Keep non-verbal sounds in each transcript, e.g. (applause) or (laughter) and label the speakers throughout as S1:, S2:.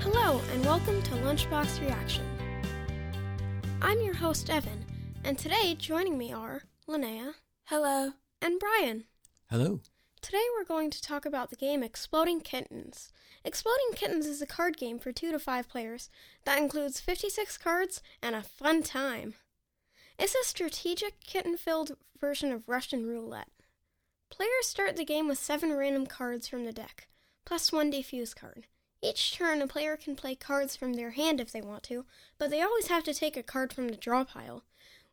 S1: Hello, and welcome to Lunchbox Reaction. I'm your host, Evan, and today joining me are Linnea
S2: Hello.
S1: and Brian.
S3: Hello.
S1: Today we're going to talk about the game Exploding Kittens. Exploding Kittens is a card game for 2 to 5 players that includes 56 cards and a fun time. It's a strategic kitten-filled version of Russian roulette. Players start the game with 7 random cards from the deck, plus 1 defuse card. Each turn a player can play cards from their hand if they want to, but they always have to take a card from the draw pile,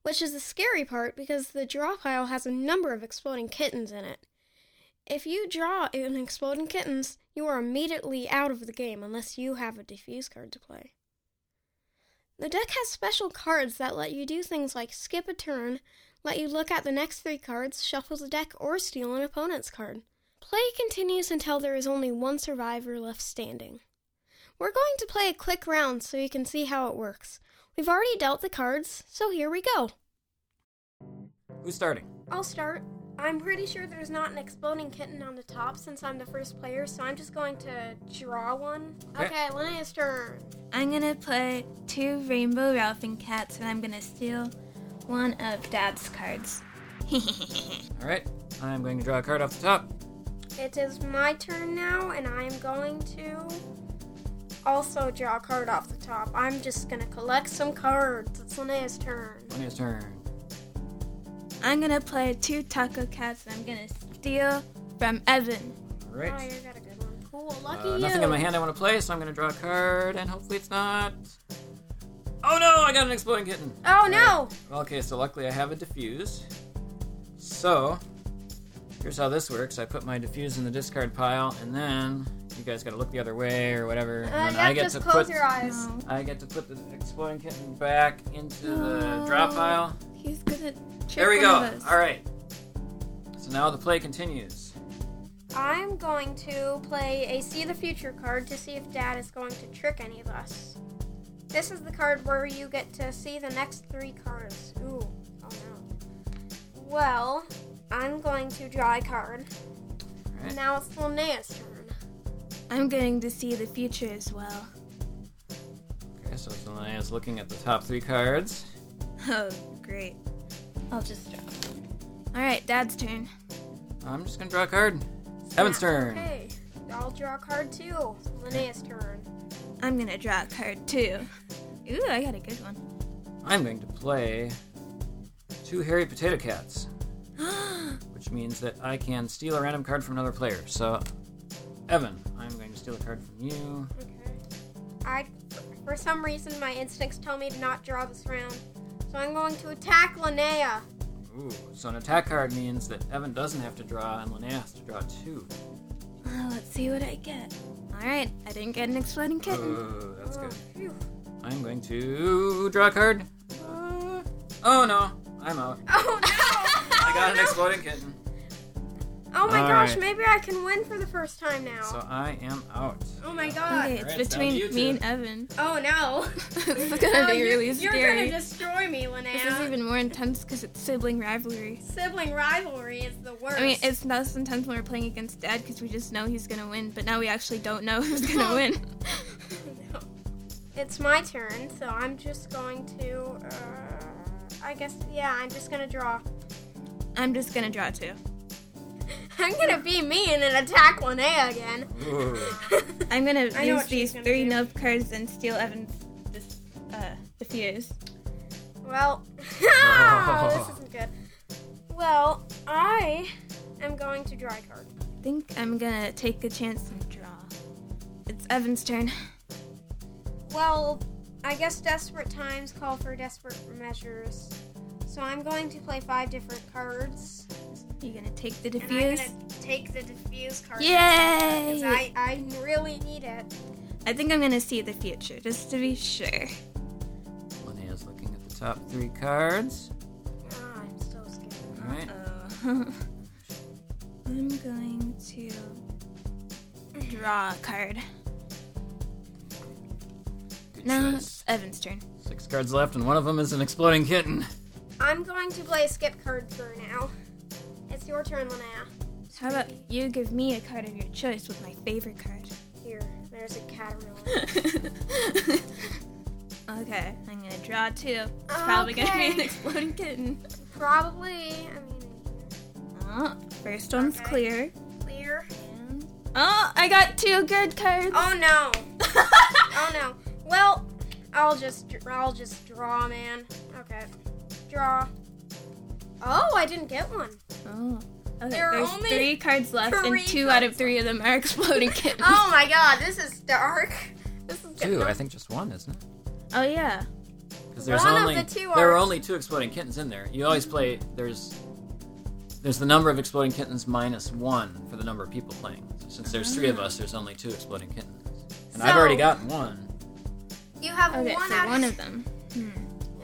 S1: which is the scary part because the draw pile has a number of exploding kittens in it. If you draw an exploding kittens, you are immediately out of the game unless you have a defuse card to play. The deck has special cards that let you do things like skip a turn, let you look at the next three cards, shuffle the deck, or steal an opponent's card. Play continues until there is only one survivor left standing. We're going to play a quick round so you can see how it works. We've already dealt the cards, so here we go.
S3: Who's starting?
S1: I'll start. I'm pretty sure there's not an exploding kitten on the top since I'm the first player, so I'm just going to draw one.
S3: Okay.
S1: Okay, Linnea's turn.
S2: I'm gonna play two Rainbow Ralphing Cats and I'm gonna steal one of Dad's cards.
S3: All right. I'm going to draw a card off the top.
S1: It is my turn now, and I am going to also draw a card off the top. I'm just going to collect some cards. It's Linnea's turn.
S3: Linnea's turn.
S2: I'm gonna play two Taco Cats and I'm gonna steal from Evan.
S3: All
S1: Oh, you
S3: right.
S1: got a good one. Cool. Lucky
S3: Uh,
S1: you.
S3: nothing in my hand I want to play, so I'm going to draw a card, and hopefully it's not. Oh no! I got an exploding kitten.
S1: Oh, no.
S3: Well, okay, so luckily I have a diffuse. So, here's how this works I put my diffuse in the discard pile, and then you guys got to look the other way or whatever. And
S1: Uh,
S3: then
S1: yeah,
S3: I get
S1: just
S3: to
S1: close
S3: put.
S1: your eyes.
S2: Oh,
S3: I get to put the exploding kitten back into the
S2: No.
S1: Oh,
S3: draw pile.
S2: He's gonna trick
S3: There we
S2: one
S3: go.
S2: of us.
S3: All right. So now the play continues.
S1: I'm going to play a See the Future card to see if Dad is going to trick any of us. This is the card where you get to see the next three cards. Ooh, oh no. Well, I'm going to draw a card.
S3: Alright.
S1: Now it's Linnea's turn.
S2: I'm going to see the future as well. (laughs)
S3: Okay, so Zelenia is looking at the top three cards.
S2: Oh, great. I'll just draw. Alright, Dad's turn.
S3: I'm just gonna draw a card. Evan's
S1: Yeah,
S3: turn.
S1: Okay, I'll draw a card too. Linnea's turn.
S2: I'm gonna draw a card too. Ooh, I got a good one. (gasps)
S3: I'm going to play two hairy potato cats, which means that I can steal a random card from another player. So, Evan, I'm going to steal a card from you.
S1: Okay. I, for some reason, my instincts tell me to not draw this round, so I'm going to attack Linnea.
S3: Ooh, so an attack card means that Evan doesn't have to draw and Linnea has to draw two.
S2: Uh, let's see what I get. Alright, I didn't get an exploding kitten.
S3: Ooh, that's
S1: Oh,
S3: good.
S1: (laughs) phew.
S3: I'm going to draw a card. Uh, oh no, I'm out.
S1: Oh no!
S3: (laughs) I got an exploding kitten.
S1: Oh my
S3: All
S1: gosh,
S3: right.
S1: maybe I can win for the first time now.
S3: So I am out.
S1: oh my god.
S2: okay, it's
S3: Alright, it's down to you
S2: between me and
S3: two.
S2: Evan.
S1: Oh no.
S2: (laughs)
S1: (laughs)
S2: it's gonna
S1: Oh,
S2: be
S1: you-
S2: really
S1: you're,
S2: scary.
S1: gonna destroy me, Linnea.
S2: this is even more intense because it's sibling rivalry.
S1: Sibling rivalry is the worst.
S2: I mean, it's less intense when we're playing against Dad because we just know he's gonna win, but now we actually don't know (laughs) who's
S1: (laughs)
S2: gonna win.
S1: (laughs) No. It's my turn, so I'm just going to. Uh, I guess, yeah, I'm just gonna draw. (laughs)
S2: I'm just gonna draw two.
S1: I'm gonna be mean and attack Linnea again.
S3: Ooh.
S1: (laughs)
S2: I'm gonna
S1: I know
S2: use
S1: what she's
S2: these
S1: gonna
S2: three
S1: do.
S2: nope cards and steal Evan's this, uh, diffuse.
S1: Well, (laughs) this isn't good. Well, I am going to draw a card.
S2: I think I'm gonna take a chance and draw. It's Evan's turn.
S1: Well, I guess desperate times call for desperate measures. So I'm going to play five different cards.
S2: You gonna take the
S1: And I'm
S2: diffuse?
S1: going to take the diffuse card.
S2: Yay!
S1: Because I, I really need it.
S2: I think I'm gonna see the future just to be sure.
S3: Linnea's looking at the top three cards.
S1: Ah, I'm so scared.
S3: All right.
S2: Oh. (laughs) I'm going to draw a card.
S3: Good
S2: Now it's
S3: choice.
S2: Evan's turn.
S3: Six cards left, and one of them is an exploding kitten.
S1: I'm going to play a skip card for now. It's your turn, Linnea.
S2: How about you give me a card (laughs) of your choice with my favorite card?
S1: Here, there's is a
S2: (laughs)
S1: caterpillar.
S2: Okay, I'm gonna draw two. It's probably gonna be
S1: Okay.
S2: an exploding kitten.
S1: Probably. I mean,
S2: Oh, first one's
S1: Okay.
S2: clear.
S1: clear.
S2: Oh, I got two good cards.
S1: Oh no. oh no. Well, I'll just I'll just draw, man. Okay. Draw. Oh, I didn't get one.
S2: (laughs) Oh. Okay,
S1: There are
S2: there's
S1: only
S2: three cards left,
S1: three
S2: and two out of three of them are (laughs) exploding kittens.
S1: Oh my god, this is dark. This is
S3: Two, I
S1: gonna-
S3: think just one, isn't it?
S2: Oh, yeah.
S3: Because there's
S1: One of
S3: only
S1: the two
S3: there are
S1: are-
S3: only two exploding kittens in there. You always play there's there's the number of exploding kittens minus one for the number of people playing. So since there's three of us, there's only two exploding kittens, (laughs) and I've
S1: So-
S3: already gotten one.
S1: You have
S2: Okay,
S1: one
S2: so
S1: out Hmm.
S2: one
S1: of,
S2: of them.
S1: you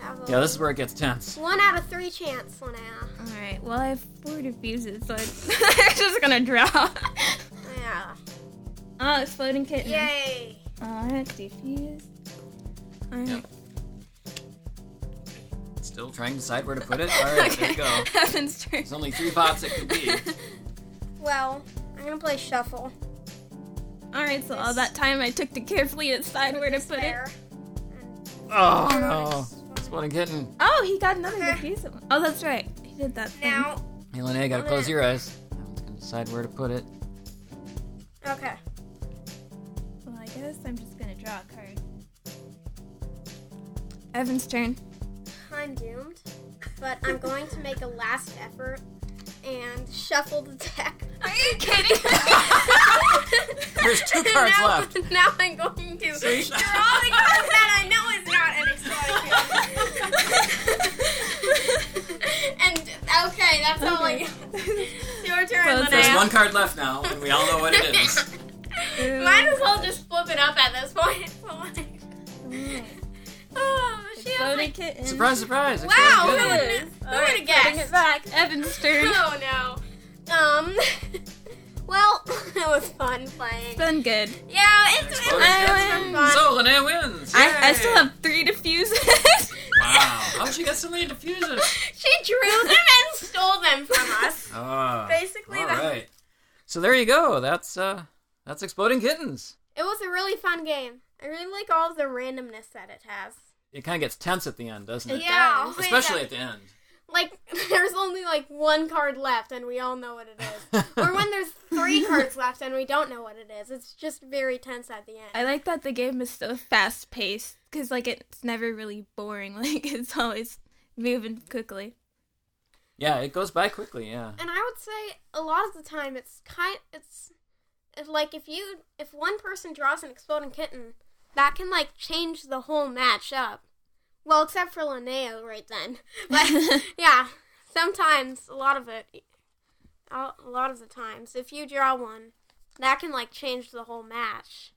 S1: have a-
S3: Yeah, this is where it gets tense.
S1: one out of three chance, Lana.
S2: All right. Well, I have four diffuses, so (laughs) I'm just gonna draw.
S1: Yeah.
S2: (laughs) oh, exploding kitten.
S1: Yay.
S2: All right, diffuse. All right.
S3: Yep. Still trying to decide where to put it. All right, (laughs)
S2: (laughs)
S3: there you go.
S2: Evan's turn.
S3: There's only three pots it could be.
S1: Well, I'm gonna play shuffle.
S2: (laughs) All right, so all that time I took to carefully decide where to
S1: It's
S2: put it.
S1: fair.
S3: (laughs) Oh no, exploding kitten.
S2: Oh, he got another
S1: Okay.
S2: diffuse. one. Oh, that's right. He did that thing.
S1: Now,
S3: Hey, Linnea, gotta close your eyes. Now it's gonna decide where to put it.
S1: okay.
S2: Well, I guess I'm just gonna draw a card. Evan's turn.
S1: I'm doomed, but I'm going to make a last effort and shuffle the deck.
S2: Are you kidding?
S3: (laughs) There's two cards
S1: now,
S3: left.
S1: (laughs) Now I'm going to draw the card that I know is not an exploding kitten. (laughs) and okay, that's all I
S2: Okay.
S1: got. It's Your turn,
S2: Well,
S3: There's
S2: Yeah.
S1: Linnea.
S3: one card left now, and we all know what it is.
S1: (laughs) Might as well just flip it up at this point. (laughs) oh, she has
S2: Exploding
S1: like, Oh,
S3: (laughs)
S2: kitten.
S3: Surprise, surprise!
S1: wow, who
S3: exploding kitten.
S1: would, who would have guessed?
S2: it back. Evan's turn.
S1: (laughs) Oh no. Um. (laughs) well, (laughs) that was fun playing.
S2: Been good.
S1: Yeah, it's been
S2: I win.
S1: fun.
S3: So Linnea wins.
S2: I, I
S3: Yay.
S2: still have three diffuses.
S3: Wow, how she got so many diffusers?
S1: (laughs) She drew them and stole them (laughs) from us.
S3: (laughs) Ah,
S1: Basically,
S3: all
S1: that-
S3: right. So there you go. That's uh, that's exploding kittens.
S1: It was a really fun game. I really like all of the randomness that it has.
S3: It kind of gets tense at the end, doesn't it?
S1: yeah,
S2: does.
S1: oh my
S3: Especially
S1: God.
S3: at the end.
S1: like (laughs) there's only like one card left and we all know what it is. or when there's three cards left and we don't know what it is. It's just very tense at the end.
S2: (laughs) I like that the game is so fast paced because like it's never really boring. (laughs) Like it's always moving quickly.
S3: Yeah, it goes by quickly. Yeah.
S1: and I would say a lot of the time it's kind it's it's like if you if one person draws an exploding kitten, that can like change the whole match up. Well, except for Linnea right then. (laughs) But yeah, sometimes a lot of it a a lot of the times if you draw one, that can like change the whole match.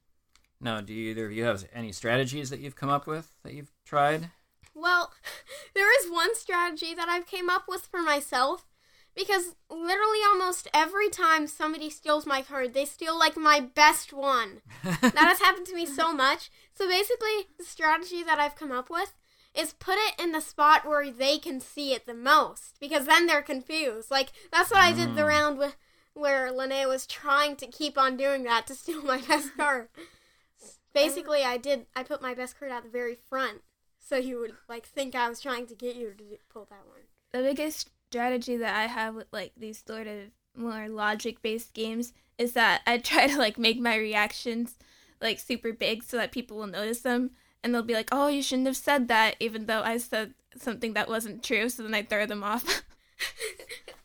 S3: Now, do you, either of you have any strategies that you've come up with that you've tried? (laughs)
S1: Well, (laughs) there is one strategy that I've came up with for myself because literally almost every time somebody steals my card, they steal like my best one. that has happened to me so much. So basically, the strategy that I've come up with is put it in the spot where they can see it the most because then they're confused. Like that's what I did the round with where Linnea was trying to keep on doing that to (laughs) steal my best card. Basically, I did I put my best card at the very front so you would like think I was trying to get you to do- pull that one.
S2: The biggest strategy that I have with like these sort of more logic based games is that I (laughs) try to like make my reactions like super big so that people will notice them and they'll be like, "Oh, you shouldn't have said that," even though I said something that wasn't true. So then I throw them off. (laughs)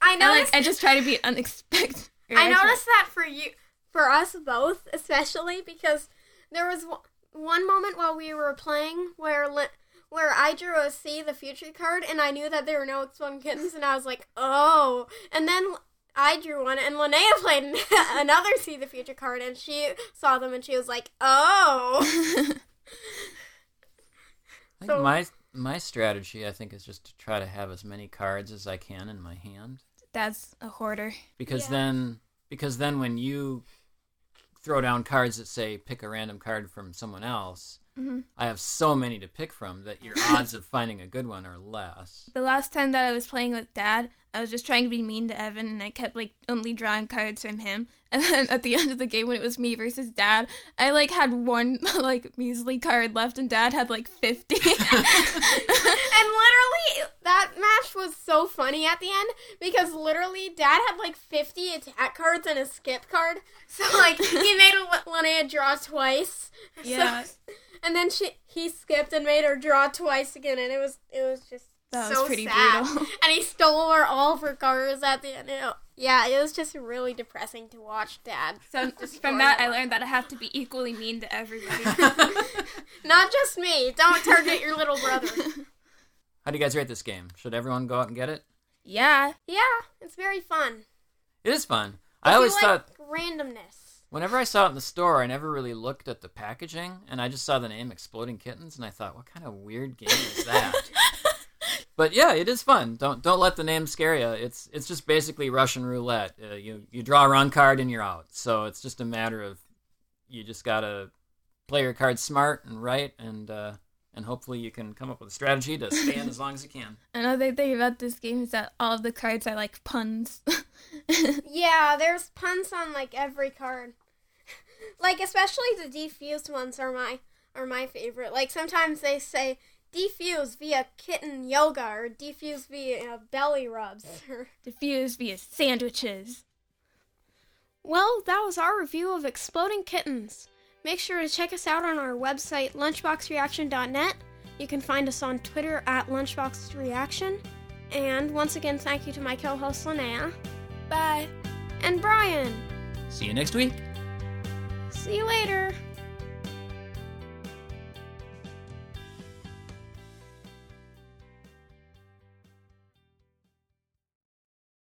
S1: I
S2: I,
S1: noticed.
S2: like, I just try to be unexpected.
S1: I
S2: (laughs)
S1: noticed that for you, for us both, especially because there was w- one moment while we were playing where li- where I drew a see the future card, and I knew that there were no exploding kittens, and I was like, oh. And then l- I drew one, and Linnea (laughs) played an- another see the future card, and she saw them, and she was like, oh.
S3: I think
S1: So-
S3: my my strategy, I think, is just to try to have as many cards as I can in my hand.
S2: That's a hoarder.
S3: because
S1: Yeah.
S3: then because then when you throw down cards that say pick a random card from someone else
S1: Mm-hmm.
S3: i have so
S1: (laughs)
S3: many to pick from that your odds of finding a good one are less (laughs)
S2: The last time that I was playing with dad, I was just trying to be mean to Evan, and I kept like only drawing cards from him. (laughs) And then at the end of the game, when it was me versus Dad, I like had one (laughs) like measly card left, and Dad had like fifty. (laughs)
S1: and literally, that match was so funny at the end because literally, Dad had like 50 attack cards and a skip card. (laughs) So, like,
S2: (laughs)
S1: he made Linnea draw twice. So-
S2: Yeah.
S1: and then she he skipped and made her draw twice again, and it was it was just
S2: That was
S1: so
S2: pretty
S1: sad.
S2: brutal.
S1: (laughs) And he stole her all of her cards at the end. It- Yeah, it was just really depressing to watch Dad.
S2: so
S1: Just going
S2: from that, I
S1: on.
S2: learned that I have to be equally mean to everybody. (laughs)
S1: Not just me. Don't target your little
S2: (laughs)
S1: brother.
S3: How do you guys rate this game? Should everyone go out and get it?
S2: yeah,
S1: yeah, it's very fun.
S3: It is fun. I
S1: If
S3: always
S1: you
S3: thought
S1: like randomness.
S3: whenever I saw it in the store, I never really looked at the packaging, and I just saw the name Exploding Kittens, and I thought, what kind of weird game is that? but yeah, it is fun. Don't don't let the name scare you. It's it's just basically Russian roulette. Uh, you you draw a wrong card and you're out. So it's just a matter of you just gotta play your cards smart and right, and uh, and hopefully you can come up with a strategy to stay in as long as you can.
S2: another thing about this game is that all of the cards are like puns. (laughs)
S1: Yeah, there's puns on like every card. (laughs) like especially the defused ones are my are my favorite. Like sometimes they say defuse via kitten yoga or defuse via belly rubs. (laughs)
S2: Diffused via sandwiches.
S1: well, that was our review of Exploding Kittens. Make sure to check us out on our website lunchboxreaction.net. You can find us on Twitter at lunchboxreaction. And once again, thank you to my co-host Linnea. Bye. And Brian.
S3: See you next week.
S1: See you later.